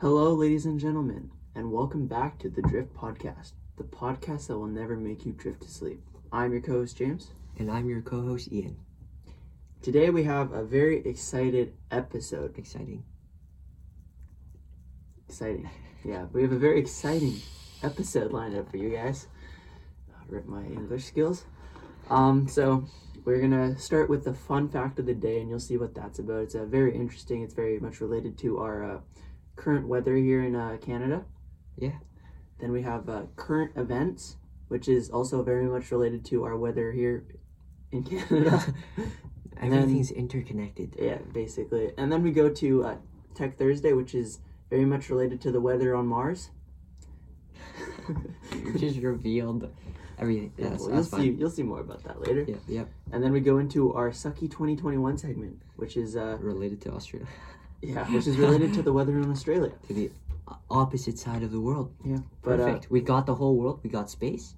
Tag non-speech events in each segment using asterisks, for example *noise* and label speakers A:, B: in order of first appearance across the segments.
A: Hello, ladies and gentlemen, and welcome back to the Drift Podcast, the podcast that will never make you drift to sleep. I'm your co host, James.
B: And I'm your co host, Ian.
A: Today we have a very excited episode.
B: Exciting.
A: Exciting. Yeah, we have a very exciting episode lined up for you guys. Uh, Rip my English skills. Um, so we're gonna start with the fun fact of the day, and you'll see what that's about. It's uh, very interesting. It's very much related to our uh, current weather here in uh, Canada.
B: Yeah.
A: Then we have uh, current events, which is also very much related to our weather here in Canada. And then-
B: Everything's interconnected. *laughs*
A: Yeah, basically. And then we go to uh, Tech Thursday, which is very much related to the weather on
B: *laughs*
A: Mars.
B: You just revealed everything.
A: Yeah,
B: That's,
A: well, you'll
B: that's
A: see.
B: fine.
A: You'll see more about that later.
B: Yep, yep.
A: And then we go into our Sucky 2021 segment, which is uh,
B: Related to Australia. *laughs*
A: yeah, which is related to the weather in Australia.
B: To the o- opposite side of the world.
A: Yeah, but uh,
B: Perfect. we got the whole world. We got space.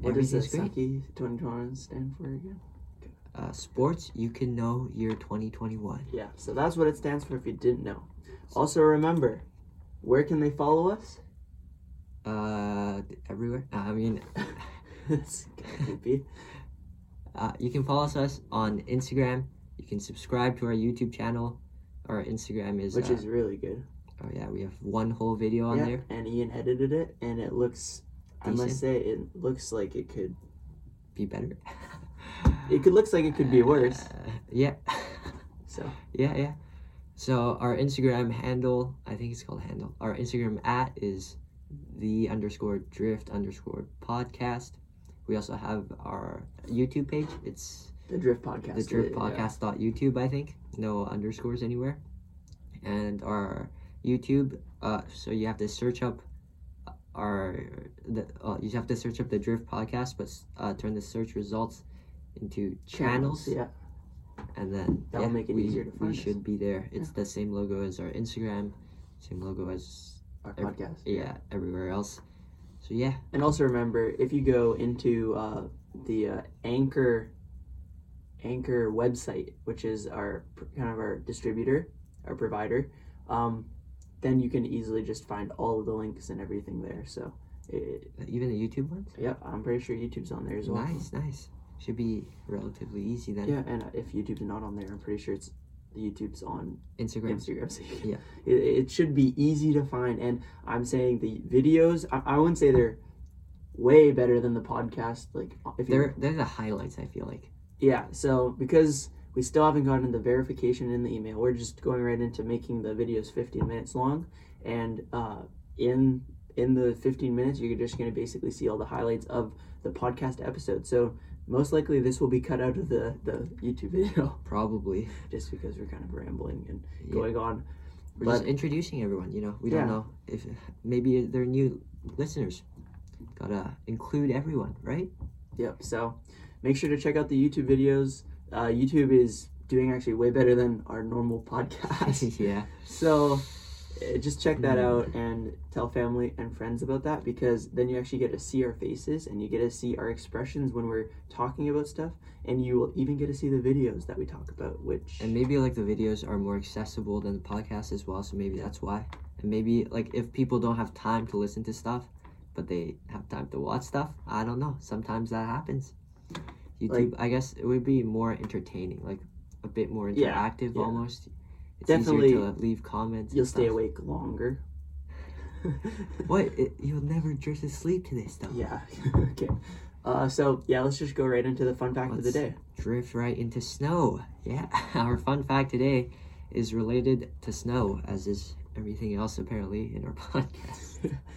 A: what does the
B: Everything's great.
A: Sucky 2021 stand for again?
B: Uh, sports, you can know year 2021.
A: Yeah, so that's what it stands for. If you didn't know, also remember, where can they follow us? *laughs*
B: Uh, everywhere. Uh, I mean,
A: it's kind of creepy.
B: Uh, you can follow us on Instagram. You can subscribe to our YouTube channel. Our Instagram is,
A: Which
B: uh,
A: is really good.
B: oh yeah, we have one whole video on
A: Yeah,
B: there.
A: And Ian edited it, and it looks. I must say, it looks like it could.
B: Be better. *laughs*
A: It could looks like it could be worse.
B: Uh, *laughs* yeah,
A: So
B: yeah, yeah. So our Instagram handle, I think it's called handle. Our Instagram at is the underscore drift underscore podcast. We also have our YouTube page. It's
A: the Drift Podcast.
B: the drift
A: uh, yeah.
B: podcast dot youtube i think no underscores anywhere and our youtube uh so you have to search up our the uh, you have to search up the drift podcast but uh, turn the search results into channels,
A: Yeah.
B: and then
A: That'll make it
B: we,
A: easier to find
B: we
A: us.
B: should be there it's the same logo as our instagram same logo as
A: Our
B: Every-
A: podcast.
B: yeah everywhere else so yeah
A: And also remember, if you go into uh, the uh, Anchor Anchor website, which is our pr- kind of our distributor, our provider, um, then you can easily just find all of the links and everything there. So, it,
B: even the youtube ones
A: yeah, I'm pretty sure YouTube's on there as well.
B: nice nice should be relatively easy then
A: Yeah, and uh, if YouTube's not on there, I'm pretty sure it's YouTube's on
B: instagram
A: Instagram. So you-
B: Yeah.
A: *laughs* it, it should be easy to find. And I'm saying the videos, I, I wouldn't say they're way better than the podcast. Like uh, if you,
B: they're they're the highlights i feel like
A: yeah. So because we still haven't gotten the verification in the email, we're just going right into making the videos 15 minutes long. And uh, in in the 15 minutes, you're just going to basically see all the highlights of the podcast episode. So most likely this will be cut out of the, the YouTube *laughs* video
B: Probably.
A: just because we're kind of rambling and
B: Yeah.
A: going on.
B: We're
A: But-
B: just introducing everyone, you know. We
A: Yeah.
B: don't know if maybe they're new listeners. Gotta include everyone, right? *laughs*
A: Yep. So make sure to check out the YouTube videos. Uh, YouTube is doing actually way better than our normal
B: *laughs*
A: podcast.
B: yeah.
A: so uh, just check
B: Mm.
A: that out and tell family and friends about that because then you actually get to see our faces and you get to see our expressions when we're talking about stuff and you will even get to see the videos that we talk about which
B: And maybe like the videos are more accessible than the podcast as well, so maybe that's why. And maybe like if people don't have time to listen to stuff, but they have time to watch stuff, I don't know. Sometimes that happens. YouTube, I guess it would be more entertaining, like a bit more
A: Yeah,
B: interactive
A: yeah.
B: almost. It's
A: Definitely
B: easier to leave comments. and
A: you'll stay
B: stuff.
A: awake longer. *laughs*
B: What? It, you'll never drift to sleep to this stuff.
A: Yeah. *laughs* okay. Uh, so yeah, let's just go right into the fun fact of the
B: Let's-
A: day.
B: Drift right into snow. Yeah. *laughs* Our fun fact today is related to snow, as is everything else apparently in our *laughs* podcast.
A: *laughs*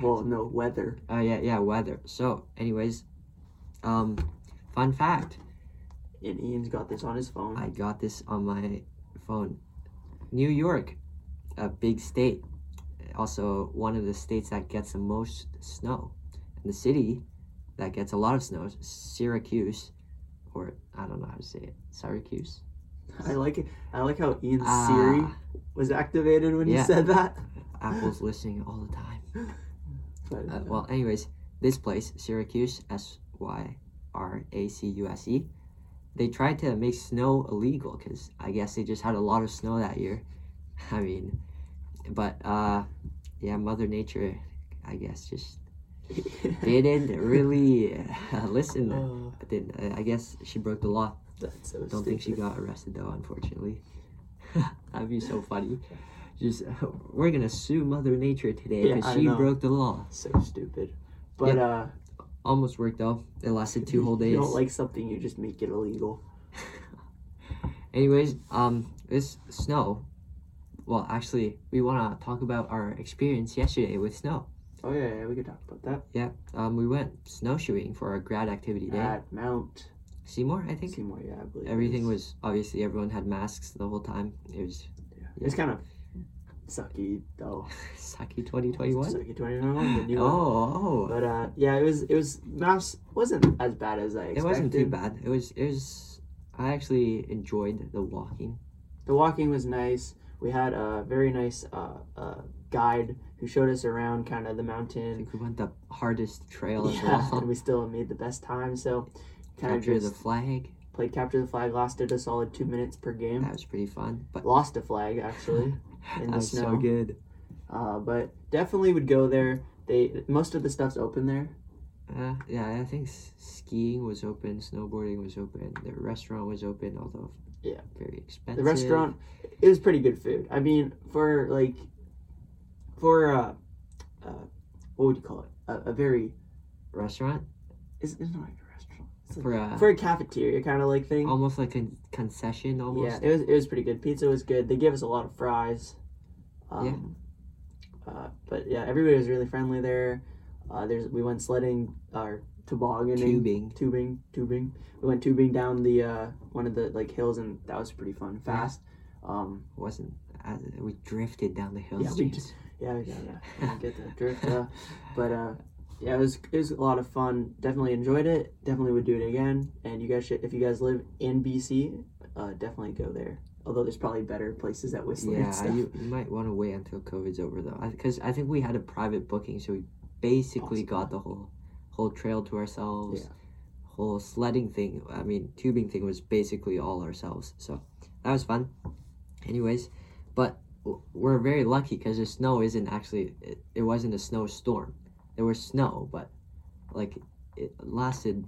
A: Well, no weather.
B: Oh yeah, yeah, weather. So, anyways, um, fun fact.
A: And Ian's got this on his phone.
B: I got this on my phone. New York, a big state, also one of the states that gets the most snow. And the city that gets a lot of snow is Syracuse, or I don't know how to say it, Syracuse.
A: I like it. I like how Ian's
B: Ah,
A: Siri was activated when you
B: Yeah.
A: said that.
B: Apple's listening all the time.
A: But,
B: Uh, well, anyways, this place, Syracuse, S Y R A C U S E, they tried to *laughs* make snow illegal because I guess they just had a lot of snow that year. I mean, But uh, yeah, Mother Nature, I guess,
A: *laughs*
B: just didn't really uh, *laughs* listen.
A: Oh,
B: I didn't. I, I guess she broke the law.
A: that's so
B: Don't think she
A: stupid.
B: got arrested though, unfortunately. *laughs* That'd be so funny. Just uh, we're gonna sue Mother Nature today
A: Yeah,
B: because
A: I
B: she
A: know.
B: broke the law.
A: so stupid. But uh,
B: Almost worked though. It lasted
A: if
B: two whole days.
A: You don't like something, you just make it illegal.
B: Anyways, um, this snow. Well, actually, we want to talk about our experience yesterday with snow.
A: Oh yeah, yeah, we could talk about that
B: Yeah, um, we went snowshoeing for our grad activity day.
A: at Mount
B: Seymour, I think.
A: Seymour. Yeah, I believe it
B: Everything
A: is.
B: was obviously everyone had masks the whole time. It was *laughs*
A: Yeah. It's kind of sucky though.
B: Saki 2021.
A: Sucky twenty nine. The new one.
B: Oh, oh,
A: But uh, yeah, it was it was mouse wasn't as bad as I expected.
B: it wasn't too bad. It was it was. I actually enjoyed the walking.
A: The walking was nice. We had a very nice uh, uh, guide who showed us around kind of the
B: I
A: mountain.
B: think we went the hardest trail
A: *laughs*
B: of
A: Yeah,
B: all.
A: and we still made the best time. So kind of
B: Capture
A: just
B: the flag.
A: played capture the flag, lasted a solid two minutes per game.
B: That was pretty fun. But
A: Lost a flag *laughs* actually in
B: that
A: the
B: was
A: snow.
B: so good.
A: Uh, but definitely would go there. They most of the stuff's open there.
B: Uh, yeah, I think s- skiing was open, snowboarding was open, the restaurant was open, although
A: Yeah.
B: very
A: The
B: expensive.
A: restaurant, it was pretty good food. I mean, for like, for uh, uh, what would you call it? A, a very
B: restaurant
A: it's, it's not like a restaurant. It's like,
B: for a,
A: for a cafeteria kind of like thing.
B: almost like a concession
A: yeah,
B: almost.
A: it was it was pretty good. Pizza was good. They gave us a lot of fries. Um, uh, but yeah, everybody was really friendly there. Uh, there's we went sledding or tobogganing,
B: Tubing.
A: tubing, tubing. We went tubing down the uh, one of the like hills, and that was pretty fun.
B: Yeah.
A: Fast. Um,
B: wasn't as, we drifted down the hill
A: Yeah, we
B: streams.
A: just- yeah, yeah, yeah. I get that drift. Uh, but uh, yeah, it was it was a lot of fun. Definitely enjoyed it. Definitely would do it again. And you guys should, if you guys live in BC, uh, definitely go there. Although there's probably better places at Whistler. and
B: yeah,
A: stuff.
B: you, you might want to wait until COVID's over though, because I, think we had a private booking, so we basically
A: Awesome.
B: got the whole whole trail to ourselves.
A: Yeah.
B: Whole sledding thing, I mean tubing thing, was basically all ourselves. So that was fun. Anyways, but w- we're very lucky because the snow isn't actually it, it wasn't a snowstorm. There was snow, but like it lasted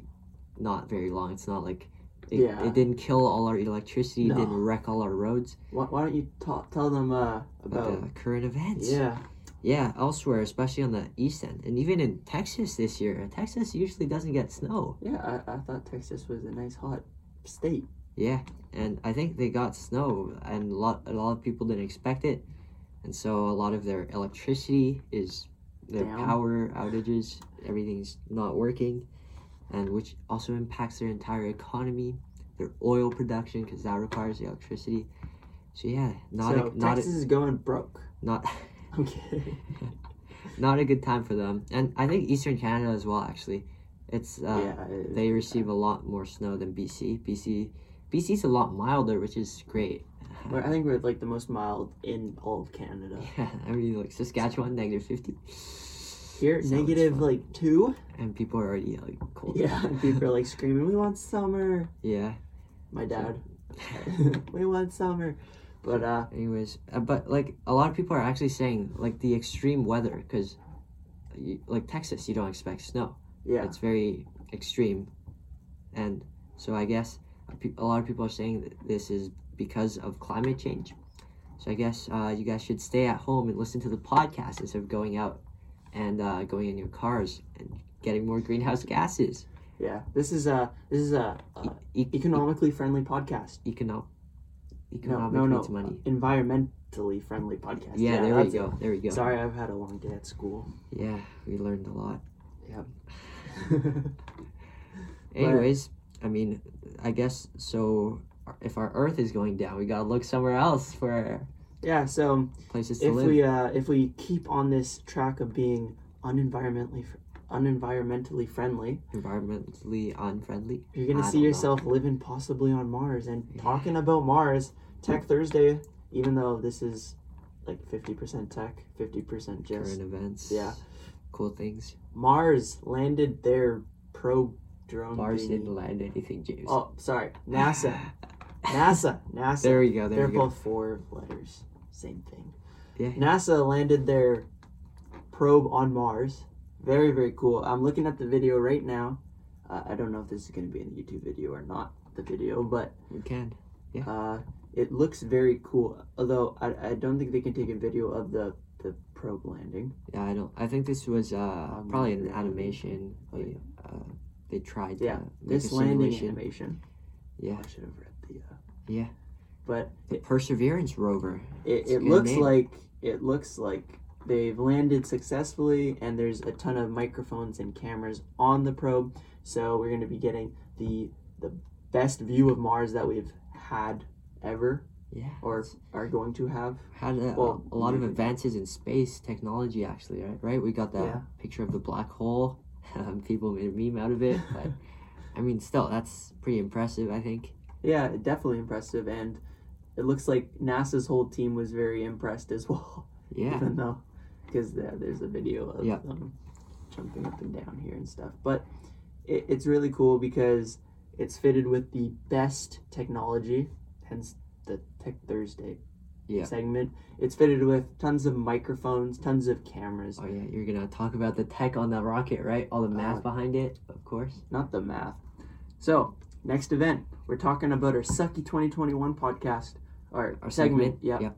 B: not very long. It's not like it,
A: Yeah.
B: it didn't kill all our electricity,
A: No.
B: it didn't wreck all our roads
A: Why, why don't you talk, tell them uh,
B: about
A: about?
B: the current events.
A: Yeah,
B: Yeah, elsewhere, especially on the east end, and even in Texas this year. Texas usually doesn't get snow.
A: yeah. I, I thought Texas was a nice hot state.
B: Yeah, and I think they got snow, and a lot a lot of people didn't expect it, and so a lot of their electricity is their
A: Down.
B: power outages. Everything's not working, and which also impacts their entire economy, their oil production because that requires electricity. So yeah, not
A: so
B: a, not
A: Texas
B: a,
A: is going broke. *laughs*
B: not.
A: I'm kidding.
B: not a good time for them. And I think Eastern Canada as well. Actually, it's uh,
A: yeah, it-
B: they receive a lot more snow than BC. BC BC's a lot milder, which is great. *laughs*
A: we're- I think we're like the most mild in all of Canada.
B: Yeah, I mean like Saskatchewan negative fifty.
A: Here,
B: Sounds
A: negative
B: fun.
A: like two.
B: and people are already like cold.
A: Yeah, and people are like screaming, "We want summer!"
B: *laughs* yeah.
A: My dad, *laughs* we want summer. But uh,
B: Anyways, uh, but like a lot of people are actually saying like the extreme weather because, like Texas, you don't expect snow.
A: yeah,
B: it's very extreme and so i guess a pe- a lot of people are saying that this is because of climate change so i guess uh, you guys should stay at home and listen to the podcast instead of going out and uh, going in your cars and getting more greenhouse gases
A: yeah. This is a this is a, a
B: e-
A: economically friendly podcast.
B: econo-
A: No,
B: economic
A: no, no.
B: money
A: Environmentally friendly podcast.
B: yeah, there we
A: that's-
B: go there we go
A: Sorry, I've had a long day at school. *laughs*
B: yeah we learned a lot
A: yeah,
B: anyways i mean i guess so if our earth is going down we gotta look somewhere else for
A: so
B: places to
A: if
B: live
A: we uh, if we keep on this track of being unenvironmentally fr- unenvironmentally friendly,
B: environmentally unfriendly.
A: you're gonna
B: I
A: see
B: don't know.
A: yourself living possibly on Mars. And talking about Mars, Tech Thursday, even though this is like 50% tech, 50% just
B: Current events.
A: yeah.
B: Cool things.
A: Mars landed their probe drone.
B: Mars
A: thingy.
B: didn't land anything, James.
A: Um, Oh, sorry,
B: *laughs*
A: NASA, NASA, NASA.
B: There we go. There
A: They're
B: we go.
A: both four letters, same thing.
B: Yeah.
A: NASA landed their probe on Mars. Very, very cool. I'm looking at the video right now. Uh, I don't know if this is going to be in the YouTube video or not, the video, but
B: We can.
A: uh, it looks very cool. Although, I, I don't think they can take a video of the, the probe landing.
B: Yeah, I don't. I think this was uh, probably an
A: Augmented
B: animation.
A: reality.
B: They, uh, they tried.
A: Yeah,
B: to make
A: This
B: a
A: landing
B: simulation.
A: animation.
B: Yeah.
A: I should have read the. Uh,
B: Yeah.
A: But
B: The Perseverance rover.
A: it,
B: It's a
A: it
B: good
A: looks
B: name.
A: like it looks like they've landed successfully and there's a ton of microphones and cameras on the probe so we're going to be getting the the best view of mars that we've had ever
B: Yeah.
A: or
B: it's
A: are going to have
B: had a,
A: well,
B: a lot of
A: we-
B: advances in space technology actually, right? Right? We got that
A: Yeah.
B: picture of the black hole. *laughs* Um, people made a meme out of it, but
A: *laughs*
B: I mean, still, that's pretty impressive. I think.
A: yeah definitely impressive and it looks like nasa's whole team was very impressed as *laughs* well
B: Yeah.
A: even though because there, there's a video of
B: Yeah.
A: them jumping up and down here and stuff but it, it's really cool because it's fitted with the best technology hence the tech thursday
B: Yeah.
A: segment it's fitted with tons of microphones tons of cameras
B: Oh yeah, you're gonna talk about the tech on the rocket, right? All the math
A: Uh,
B: behind it, of course.
A: not the math so next event we're talking about our sucky 2021 podcast our,
B: Our
A: segment, yeah
B: Yep.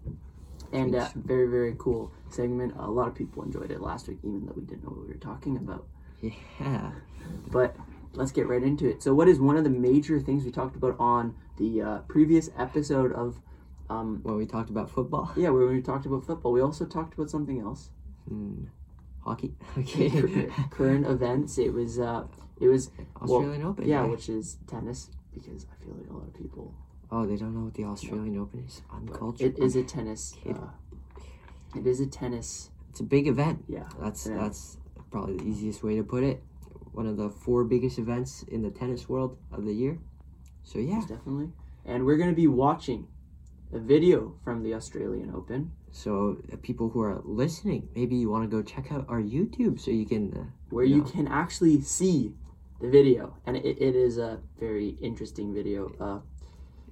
A: and uh,
B: Thanks.
A: very very cool segment a lot of people enjoyed it last week even though we didn't know what we were talking about
B: *laughs* Yeah.
A: But let's get right into it. So, what is one of the major things we talked about on the uh, previous episode of? Um,
B: Well, we talked about football. *laughs*
A: yeah, where we talked about football, we also talked about something else.
B: Hmm. Hockey. *laughs* Okay.
A: Current events. It was. Uh, it was. *laughs* well,
B: Australian Open.
A: Yeah,
B: right?
A: which is tennis because I feel like a lot of people.
B: Oh, they don't know what the Australian Open is. Uncultured.
A: It is a tennis.
B: Kid.
A: Uh, it is a tennis.
B: It's a big event.
A: Yeah.
B: That's
A: Yeah.
B: that's probably the easiest way to put it. One of the four biggest events in the tennis world of the year. So yeah.
A: Definitely. And we're gonna be watching a video from the Australian Open.
B: So uh, people who are listening, maybe you want to go check out our YouTube so you can. Uh,
A: where you
B: No.
A: can actually see the video, and it, it is a very interesting video. Uh,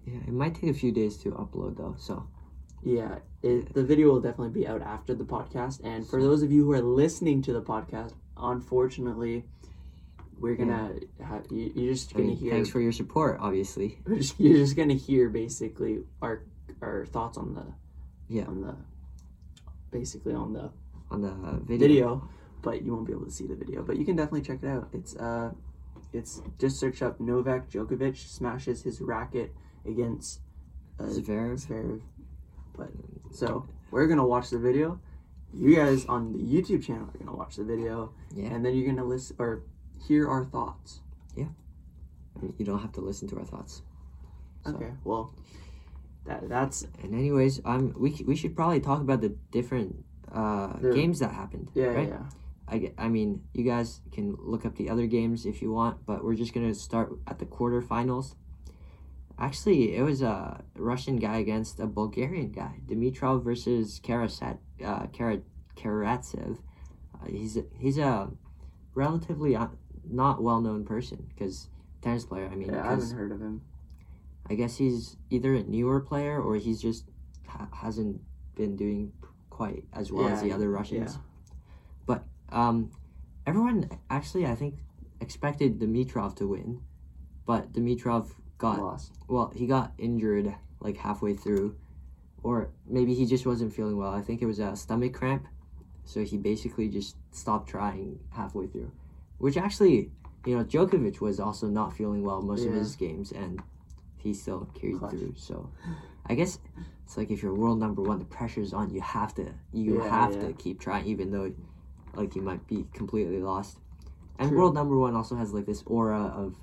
B: yeah, it might take a few days to upload though. So
A: yeah, it, the video will definitely be out after the podcast. And for those of you who are listening to the podcast, unfortunately, we're gonna ha- you, you're just
B: I
A: gonna
B: mean,
A: hear
B: thanks for your support, obviously.
A: *laughs* you're just- you're just gonna hear basically our our thoughts on the
B: Yeah.
A: on the basically on the
B: on the uh, video.
A: video, but you won't be able to see the video. But you can definitely check it out. It's uh, it's just search up Novak Djokovic smashes his racket against uh,
B: Zverev.
A: Zverev. But so we're gonna watch the video. You guys on the YouTube channel are gonna watch the video,
B: Yeah.
A: and then you're gonna listen or hear our thoughts.
B: I mean, Um, you don't have to listen to our thoughts. So-
A: Okay. Well, that that's
B: And anyways, um, we c- we should probably talk about the different uh
A: The-
B: games that happened.
A: yeah
B: right?
A: yeah.
B: I g- I mean, you guys can look up the other games if you want, but we're just gonna start at the quarterfinals. Actually, it was a Russian guy against a Bulgarian guy, Dimitrov versus Karasat, uh, Kara, Karatsev. Uh, he's a, he's a relatively uh, not well known person because tennis player. I mean,
A: yeah I
B: 'cause-
A: haven't heard of him.
B: I guess he's either a newer player or he's just ha- hasn't been doing p- quite as well as
A: Yeah,
B: the other Russians. But um, everyone actually, I think, expected Dimitrov to win, but Dimitrov got
A: Lost.
B: well. He got injured like halfway through, or maybe he just wasn't feeling well. I think it was a stomach cramp, so he basically just stopped trying halfway through, which actually. You know, Djokovic was also not feeling well most of
A: Yeah.
B: his games, and he still carried
A: Clutch.
B: through. So, I guess it's like if you're world number one, the pressure's on. You have to, you
A: Yeah,
B: have
A: yeah.
B: to keep trying, even though, like, you might be completely lost. And
A: True.
B: world number one also has like this aura of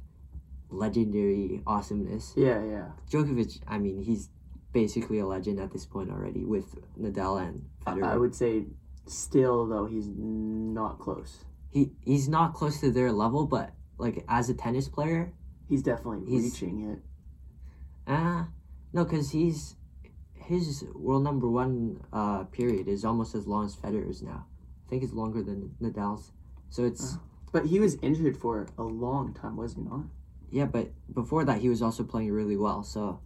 B: legendary awesomeness.
A: Yeah yeah.
B: Djokovic, I mean, he's basically a legend at this point already with Nadal and Federer.
A: I would say still though he's not close.
B: he he's not close to their level, but like as a tennis player,
A: He's definitely
B: He's-
A: reaching it.
B: Uh, no, because he's his world number one uh, period is almost as long as Federer's now. I think it's longer than Nadal's. So it's
A: But he was injured for a long time, was he not?
B: yeah, but before that he was also playing really well. So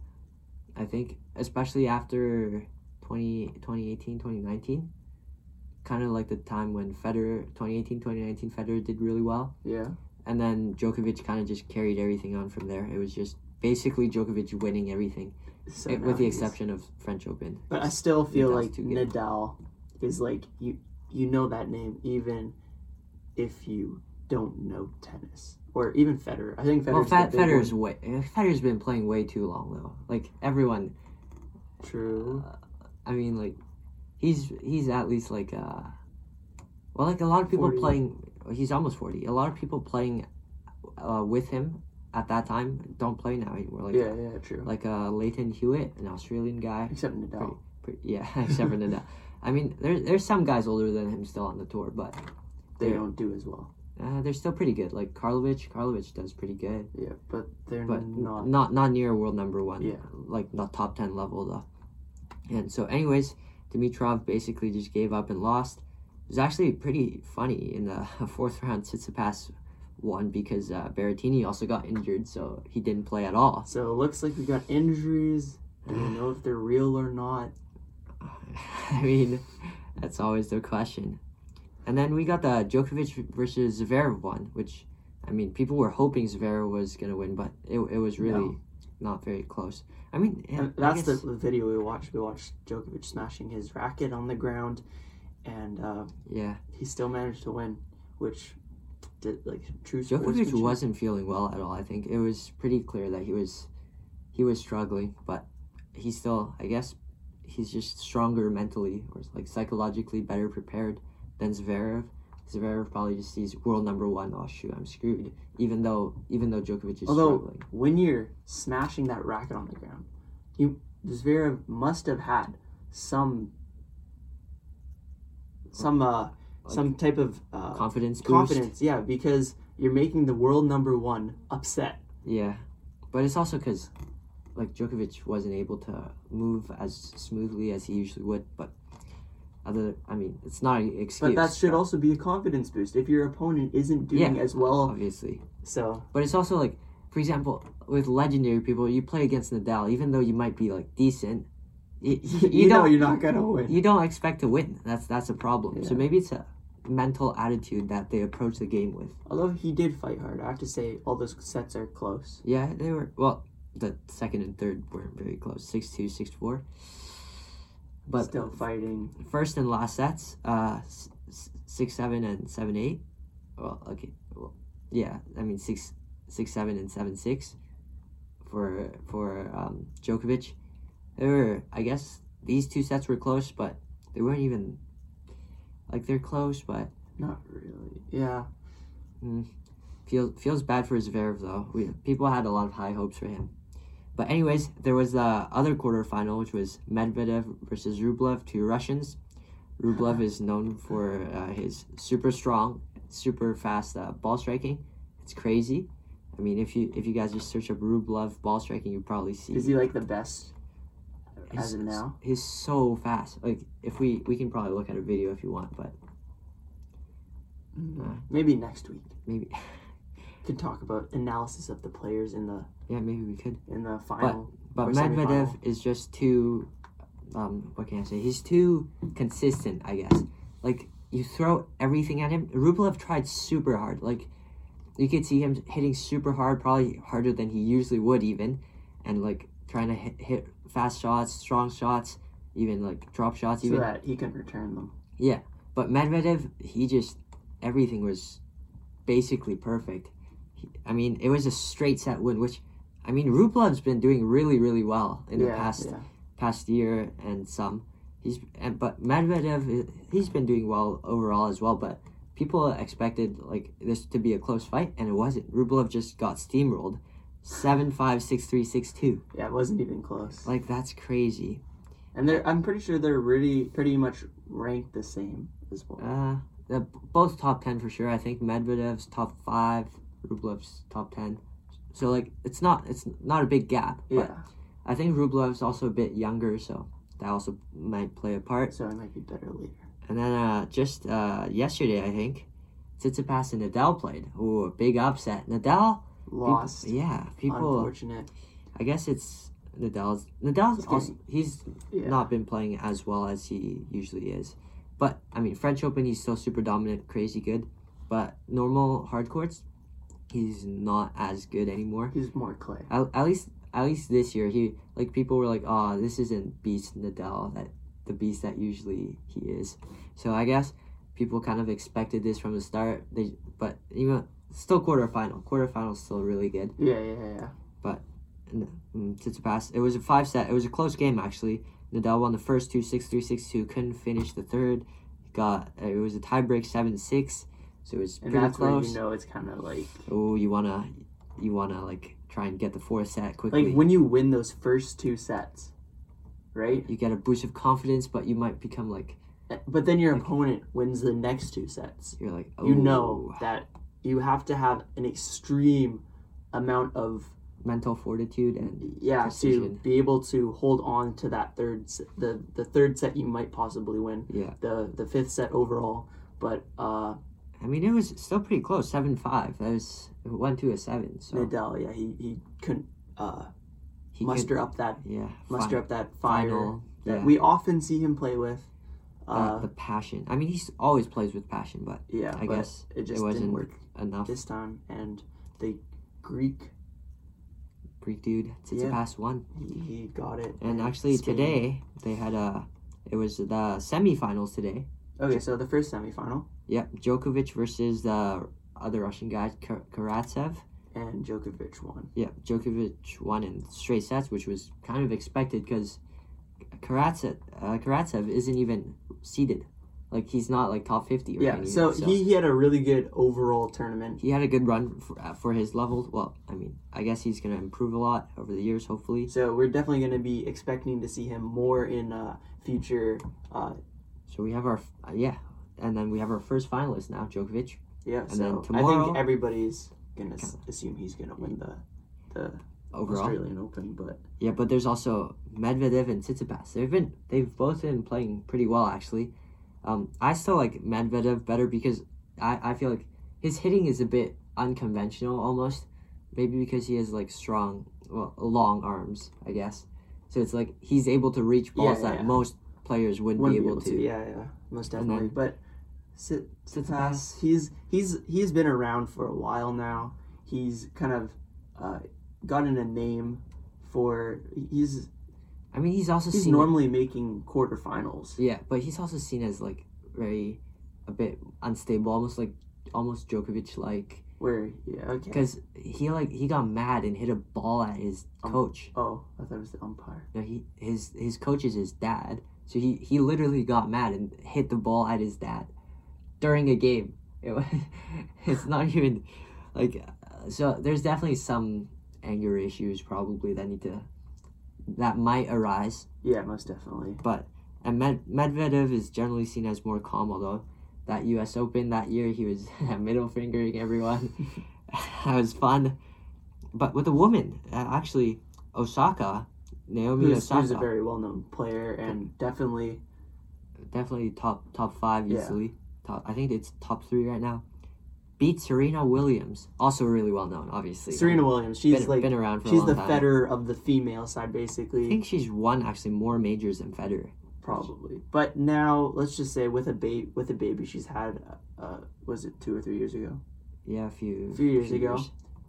B: I think especially after 20, 2018, 2019. Kind of like the time when Federer, 2018, 2019, Federer did really well.
A: Yeah.
B: And then Djokovic kind of just carried everything on from there. It was just basically Djokovic winning everything,
A: So
B: eh, with the
A: nowadays-
B: exception of French Open.
A: But I still feel
B: Nadal's
A: like
B: too good.
A: Nadal is like you you know that name even if you don't know tennis or even Federer. I think
B: well,
A: Federer's
B: Fed-
A: the big
B: Federer's way, eh, Federer's been playing way too long though. Like everyone,
A: one. true.
B: I mean, like he's he's at least like uh, well, like a lot of people
A: 40.
B: playing. He's almost forty. A lot of people playing uh, with him at that time don't play now anymore. Like
A: yeah, yeah, true.
B: like uh, Leighton Hewitt, an Australian guy.
A: Except Nadal.
B: Pretty, yeah, *laughs* except for Nadal. I mean, there, there's some guys older than him still on the tour, but
A: They
B: Yeah.
A: don't do as well.
B: uh, they're still pretty good. Like Karlovic, Karlovic does pretty good,
A: Yeah, but they're
B: but
A: not
B: not not, near world number one.
A: Mm. Yeah.
B: like not top ten level though. And so, anyways, Dimitrov basically just gave up and lost. It was actually pretty funny in the *laughs* fourth round. Tsitsipas won because uh, Berrettini also got injured, so he didn't play at all. *laughs*
A: So it looks like we got injuries. Do we know if they're real or not?
B: I mean, that's always the question. And then we got the Djokovic versus Zverev one, which, I mean, people were hoping Zverev was going to win, but it, it was really not very close. I mean, yeah,
A: And
B: I
A: that's
B: guess-
A: the video we watched. We watched Djokovic smashing his racket on the ground, and uh,
B: yeah.
A: he still managed to win, which did like true.
B: Djokovic
A: sportsmanship.
B: wasn't feeling well at all. I think it was pretty clear that he was, he was struggling, but he still, I guess, he's just stronger mentally or like psychologically better prepared than Zverev. Zverev probably just sees world number one. Oh shoot, I'm screwed. Even though, even though Djokovic is
A: Although-
B: struggling.
A: when you're smashing that racket on the ground, you Zverev must have had some some uh some type of uh,
B: Confidence boost.
A: confidence, yeah, because you're making the world number one upset.
B: Yeah, but it's also because, like, Djokovic wasn't able to move as smoothly as he usually would. But other, I mean, it's not an
A: But
B: excuse.
A: that should also be a confidence boost if your opponent isn't doing
B: Yeah.
A: as well.
B: obviously.
A: So
B: But it's also like, for example, with legendary people, you play against Nadal, even though you might be like decent, you,
A: *laughs* you,
B: you, don't
A: know you're not gonna win.
B: *laughs* you don't expect to win. That's that's a problem. So
A: Yeah.
B: maybe it's a mental attitude that they approach the game with.
A: Although he did fight hard, I have to say all those sets are close.
B: Yeah, they were well. The second and third weren't very close. Six two, six four. But
A: Still fighting.
B: first and last sets, uh, s- s- six seven and seven eight. Well, okay, well, yeah, I mean six six seven and seven six, for for um, Djokovic. They were, I guess, these two sets were close, but they weren't even. Like they're close, but
A: Not really. Yeah.
B: feels feels bad for Zverev though. We people had a lot of high hopes for him. But anyways, there was the other quarterfinal, which was Medvedev versus Rublev, two Russians. Rublev is known for uh, his super strong, super fast uh, ball striking. It's crazy. I mean, if you if you guys just search up Rublev ball striking, you probably see
A: Is he like the best as
B: Mm. He's-
A: of now?
B: He's so fast. Like if we we can probably look at a video if you want, but
A: Mm, Maybe next week.
B: maybe *laughs*
A: Could talk about analysis of the players in the
B: yeah, maybe we could.
A: in the final.
B: But
A: Or
B: Medvedev
A: semifinal.
B: is just too, um, what can I say? He's too consistent, I guess. Like you throw everything at him. Rublev tried super hard. Like you could see him hitting super hard, probably harder than he usually would, even, and like trying to hit, hit fast shots, strong shots, even like drop shots,
A: so
B: even.
A: that he can return them.
B: But Medvedev, he just everything was basically perfect. He, I mean, it was a straight set win, which I mean, Rublev's been doing really, really well in the
A: Yeah,
B: past
A: yeah.
B: past year and some. He's and, but Medvedev, he's been doing well overall as well. But people expected like this to be a close fight, and it wasn't. Rublev just got steamrolled, seven five six three six two.
A: Yeah, it wasn't even close.
B: Like that's crazy.
A: And they're I'm pretty sure they're really pretty much ranked the same as well.
B: Uh, the, both top ten for sure. I think Medvedev's top five, Rublev's top ten. So like, it's not it's not a big gap.
A: yeah.
B: But I think Rublev's also a bit younger, so that also might play a part.
A: So it might be better later.
B: And then uh, just uh, yesterday, I think Tsitsipas and Nadal played. Ooh, a big upset. Nadal. people-
A: Lost.
B: yeah, people.
A: Unfortunate.
B: I guess it's Nadal's Nadal's
A: He's
B: also he's
A: Yeah.
B: not been playing as well as he usually is. But I mean, French Open, he's still super dominant, crazy good. But normal hard courts, he's not as good anymore.
A: He's more clay.
B: At, at least, at least this year, he like people were like, "Ah, this isn't Beast Nadal that the Beast that usually he is." So I guess people kind of expected this from the start. They, but you know, still quarterfinal. Quarterfinal's still really good
A: Yeah, yeah, yeah, yeah.
B: mm, Tsitsipas. It was a five set. It was a close game actually. Nadal won the first two six three six two. Couldn't finish the third. Got it was a tie break seven six. So it was
A: And
B: pretty
A: that's where
B: close.
A: you know it's kind of like
B: Oh, you wanna, you wanna like try and get the fourth set quickly.
A: like when you win those first two sets, right?
B: you get a boost of confidence, but you might become like
A: But then your
B: Like-
A: opponent wins the next two sets.
B: you're like oh,
A: You know that you have to have an extreme amount of
B: mental fortitude and
A: yeah
B: Precision.
A: to be able to hold on to that third s- the the third set you might possibly win
B: yeah.
A: the the fifth set overall but uh
B: I mean it was still pretty close seven five. That was it went to a seven. So
A: Nadal yeah he he couldn't uh
B: he could-
A: muster up that
B: yeah
A: muster
B: fin-
A: up that fire
B: final
A: that
B: yeah.
A: we often see him play with
B: the,
A: uh
B: the passion. I mean, he always plays with passion, but
A: yeah
B: I
A: but
B: guess
A: it just
B: wasn't
A: didn't work
B: enough.
A: this time and the Greek
B: Greek dude
A: Yeah.
B: Tsitsipas won,
A: he, he got it
B: and actually
A: Spain-
B: today they had a. It was the semifinals today.
A: okay so the first semifinal
B: Yep, Djokovic versus the other Russian guy Kar- Karatsev.
A: and Djokovic won
B: Yep, Djokovic won in straight sets, which was kind of expected because Karatsev uh, Karatsev isn't even seeded, like he's not like top fifty. Or
A: yeah
B: anything,
A: so, he he had a really good overall tournament
B: he had a good run for, uh, for his level. Well, I mean, I guess he's gonna improve a lot over the years, hopefully.
A: So we're definitely going to be expecting to see him more in uh, future. Uh,
B: So we have our f- uh, yeah, and then we have our first finalist now, Djokovic.
A: yeah,
B: then
A: so I
B: tomorrow-
A: think everybody's going to s- assume he's going to win the the
B: Overall,
A: Australian Open, but
B: yeah, but there's also Medvedev and Tsitsipas. They've been they've both been playing pretty well actually. Um, I still like Medvedev better because I I feel like his hitting is a bit unconventional almost, maybe because he has like strong well long arms I guess. So it's like he's able to reach balls
A: Yeah, yeah,
B: that
A: yeah.
B: most players wouldn't
A: wouldn't
B: be able, to.
A: Yeah, yeah, most
B: And
A: definitely.
B: then-
A: But Sit-
B: Tsitsipas.
A: Tsitsipas, he's he's he's been around for a while now. He's kind of uh, gotten a name for he's
B: I mean, he's also
A: he's
B: seen
A: normally making quarterfinals.
B: Yeah, but he's also seen as like very a bit unstable, almost like almost Djokovic like
A: Where yeah, okay.
B: because he like he got mad and hit a ball at his
A: Um,
B: coach.
A: Oh, I thought it was the umpire.
B: No, he his his coach is his dad, so he he literally got mad and hit the ball at his dad during a game. *laughs* It was, it's not even like uh, so. There's definitely some anger issues probably that need to that might arise
A: Yeah, most definitely.
B: but and Med- Medvedev is generally seen as more calm. Although that U.S. Open that year, he was *laughs* middle fingering everyone. *laughs* that was fun. But with a woman, uh, actually, Osaka, Naomi
A: who's,
B: Osaka,
A: who's a very well-known player and definitely
B: definitely top top five
A: Yeah.
B: easily. Top, I think it's top three right now. Beat Serena Williams, also really well known, obviously.
A: Serena Williams. She's
B: Been,
A: like
B: been around for a
A: she's
B: long
A: the
B: time.
A: Federer of the female side,
B: I
A: basically,
B: think she's won actually more majors than Federer.
A: probably. But now, let's just say with a baby, with a baby she's had, uh, was it two or three years ago?
B: Yeah, a few
A: A few years ago,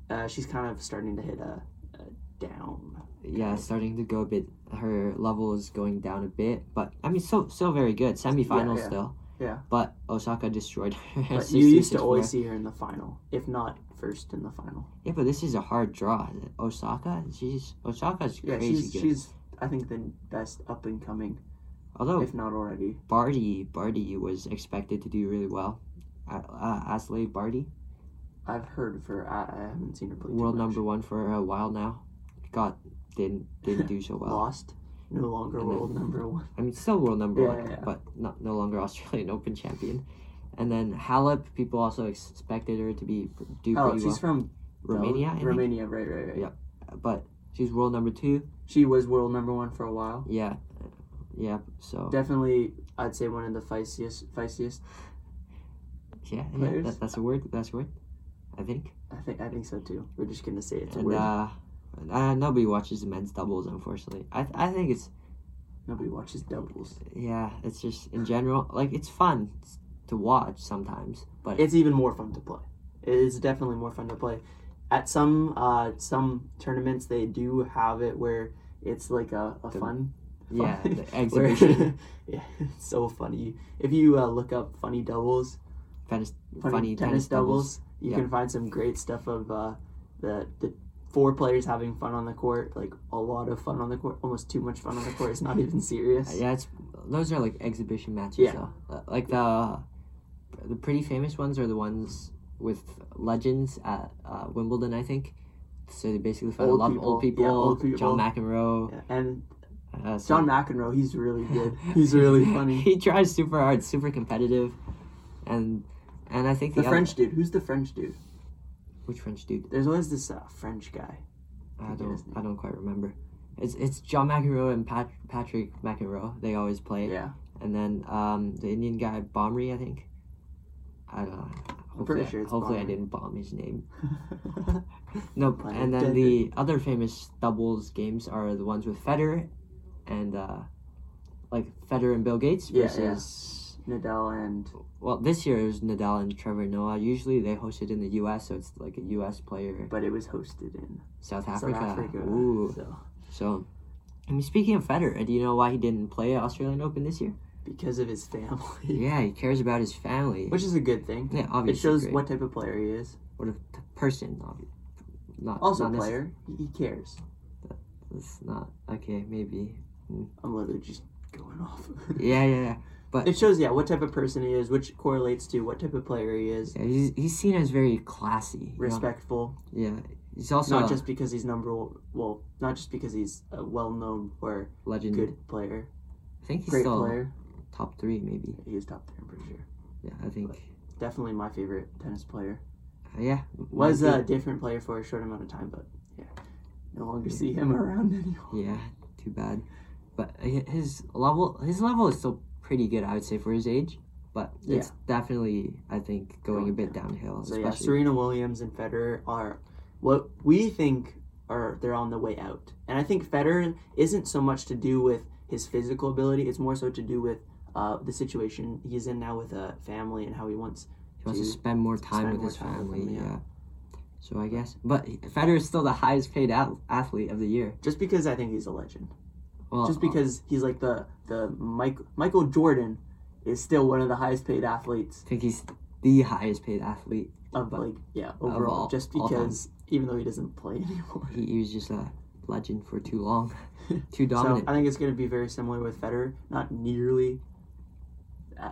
A: uh, she's kind of starting to hit a, a down.
B: yeah, starting to go a bit. Her level is going down a bit, but I mean, still, still very good. Semifinals
A: yeah.
B: still.
A: Yeah.
B: But Osaka destroyed *laughs* her.
A: But
B: 60,
A: you used to
B: 64.
A: always see her in the final, if not first in the final.
B: Yeah, but this is a hard draw. Osaka, she's Osaka's
A: Yeah,
B: crazy
A: she's
B: good.
A: she's I think the best up and coming,
B: Although
A: if not already.
B: Barty, Barty was expected to do really well. Uh, uh, Asley Barty,
A: I've heard of her. I, I haven't seen her play. too
B: world
A: much.
B: number one for a while now, got didn't didn't do so well.
A: lost, no longer
B: And then-
A: world number one.
B: I mean, still world number
A: Yeah,
B: one,
A: yeah, yeah.
B: but not, no longer *laughs* Australian Open champion. And then Halep, people also expected her to be do pretty
A: Oh,
B: well.
A: she's from Bel-
B: Romania, I think.
A: Romania, right, right, right.
B: Yeah. but she's world number two.
A: She was world number one for a while.
B: Yeah, yeah. So
A: Definitely, I'd say one of the feistiest, feistiest.
B: yeah, yeah
A: players.
B: that, that's a word. That's a word. I think.
A: I think I think so too. We're just gonna say it's a
B: and
A: word.
B: uh, But, uh, nobody watches the men's doubles, unfortunately. I, th- I think it's
A: Nobody watches doubles.
B: yeah, it's just in general like it's fun s- to watch sometimes, but
A: It's even more fun to play. It is definitely more fun to play. At some uh, some tournaments, they do have it where it's like a, a
B: The-
A: fun. *laughs*
B: yeah, the
A: where-
B: exhibition,
A: *laughs* yeah, it's so funny. If you uh, look up funny doubles,
B: funny,
A: funny, tennis, doubles, you
B: yeah.
A: can find some great stuff of uh, the the four players having fun on the court. Like a lot of fun on the court, almost too much fun on the court. It's not even serious.
B: *laughs* Yeah, it's those are like exhibition matches.
A: Yeah.
B: though. Uh, like the the pretty famous ones are the ones with legends at uh, Wimbledon, I think. So they basically find
A: Old
B: a lot of old
A: people.
B: people,
A: Yeah, old people.
B: John McEnroe.
A: Yeah, And
B: Uh, so-
A: John McEnroe, he's really
B: *laughs*
A: good. He's really funny.
B: he tries super hard, super competitive, and and I think
A: The
B: other-
A: French dude. Who's the French dude?
B: which French dude?
A: There's always this uh, French guy.
B: I
A: Forget
B: don't
A: his name.
B: I don't quite remember. It's it's John McEnroe and Pat, Patrick McEnroe. They always play.
A: Yeah.
B: And then um, the Indian guy Bomri, I think. I don't know. Hopefully,
A: pretty sure it's
B: hopefully I
A: Bomri.
B: didn't bomb his name.
A: *laughs*
B: No,
A: Pun
B: and then the other famous doubles games are the ones with Federer and uh, like Federer and Bill Gates
A: Yeah, yeah.
B: versus
A: Nadal and
B: well this year it was Nadal and Trevor Noah. Usually they hosted in the U.S., so it's like a U.S. player
A: but it was hosted in
B: South
A: South
B: Africa.
A: Africa.
B: Ooh,
A: So
B: so. I mean, speaking of Federer, do you know why he didn't play Australian Open this year?
A: because of his family,
B: Yeah, he cares about his family.
A: *laughs* which is a good thing.
B: yeah,
A: It
B: obviously.
A: shows
B: great.
A: what type of player he is.
B: what a t- person, not, not
A: Also,
B: not necess-
A: player, he, he cares.
B: It's not okay. Maybe.
A: I'm literally just going off.
B: Yeah, yeah, yeah.
A: *laughs* it shows, yeah, what type of person he is, which correlates to what type of player he is.
B: yeah he's, he's seen as very classy. you know?
A: Respectful,
B: Yeah, he's also
A: not
B: a
A: just because he's number one. Well, not just because he's a well-known or
B: legend.
A: good player,
B: I think he's
A: great
B: still
A: player.
B: top three, maybe.
A: He is top there, I'm pretty sure.
B: Yeah, I think.
A: definitely my favorite tennis player.
B: Uh, yeah,
A: Was uh,
B: might
A: a different player for a short amount of time, but yeah, no longer see him *laughs* around anymore.
B: be- Yeah, too bad. But uh, hi- his level, his level is still pretty good, I would say, for his age. But it's definitely, I think, going a
A: Going
B: bit downhill.
A: So yeah,
B: especially.
A: Serena Williams and Federer are what we think are they're on the way out, and I think Federer isn't so much to do with his physical ability; it's more so to do with uh, the situation he's in now with a family and how he wants.
B: He wants to
A: to
B: spend more time
A: spend
B: with
A: more
B: his
A: time with them,
B: family. yeah.
A: yeah.
B: So I guess, but Federer is still the highest paid ath- athlete of the year.
A: Just because I think he's a legend,
B: Well,
A: just because he's like the the Mike, Michael Jordan is still one of the highest paid athletes
B: I think he's the highest paid athlete.
A: of
B: But-
A: like yeah overall
B: all-
A: just
B: all time.
A: because even though he doesn't play *laughs* anymore
B: He, he was just a legend for too long, too
A: *laughs* so
B: dominant.
A: i think it's going to be very similar with federer not nearly uh,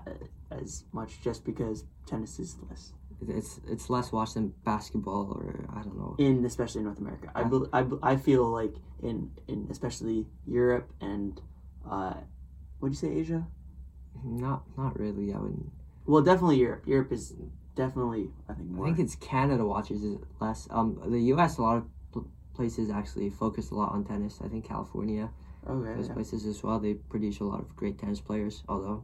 A: as much just because tennis is less
B: it's it's less watched than basketball or I don't know.
A: in especially north america I, bel I, bel- I feel like in in especially europe and uh would you say asia
B: Not not really. I wouldn't.
A: well definitely europe europe is definitely i think
B: I
A: more
B: think it's Canada watches it less. Um, the U.S. a lot of pl- places actually focus a lot on tennis. I think California.
A: okay
B: those
A: yeah.
B: places as well. They produce a lot of great tennis players, although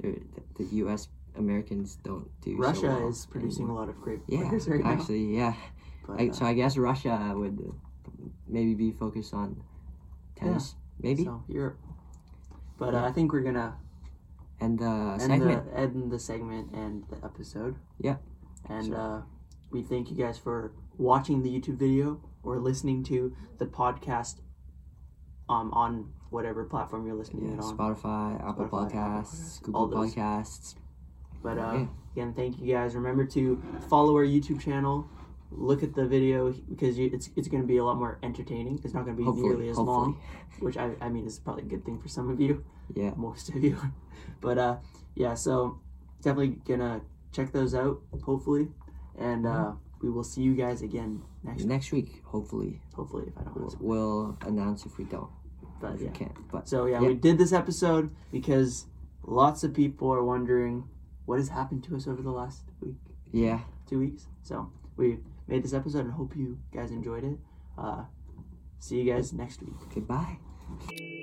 B: they're, the, the U.S. Americans don't do. so
A: russia
B: well
A: is producing
B: anymore.
A: a lot of great
B: Yeah,
A: players right now
B: actually, yeah.
A: but,
B: I,
A: uh,
B: so I guess Russia would uh, maybe be focused on tennis, maybe.
A: so europe but
B: Yeah.
A: uh, i think we're gonna
B: and the
A: end
B: segment,
A: the end the segment and the episode.
B: Yeah.
A: And
B: Sure.
A: uh, we thank you guys for watching the YouTube video or listening to the podcast um, on whatever platform you're listening
B: yeah,
A: to it on.
B: Spotify,
A: Spotify,
B: Apple
A: Apple
B: Podcasts,
A: Podcasts, all
B: Google
A: those.
B: Podcasts.
A: But uh,
B: Yeah.
A: again, thank you guys. Remember to follow our YouTube channel. Look at the video because you, it's it's going to be a lot more entertaining. It's not going to be
B: Hopefully,
A: nearly as
B: hopefully,
A: long, which I, I mean is probably a good thing for some of you.
B: yeah.
A: most of you. *laughs* But uh, yeah, so definitely gonna check those out, hopefully. And uh,
B: Mm-hmm.
A: we will see you guys again next
B: Next week, hopefully,
A: hopefully if I don't
B: we'll,
A: lose.
B: we'll announce if we don't,
A: But
B: if
A: yeah.
B: we can't. But
A: So yeah,
B: Yeah.
A: we did this episode because lots of people are wondering what has happened to us over the last week,
B: yeah,
A: two weeks. So we made this episode and hope you guys enjoyed it. Uh, see you guys next week.
B: goodbye.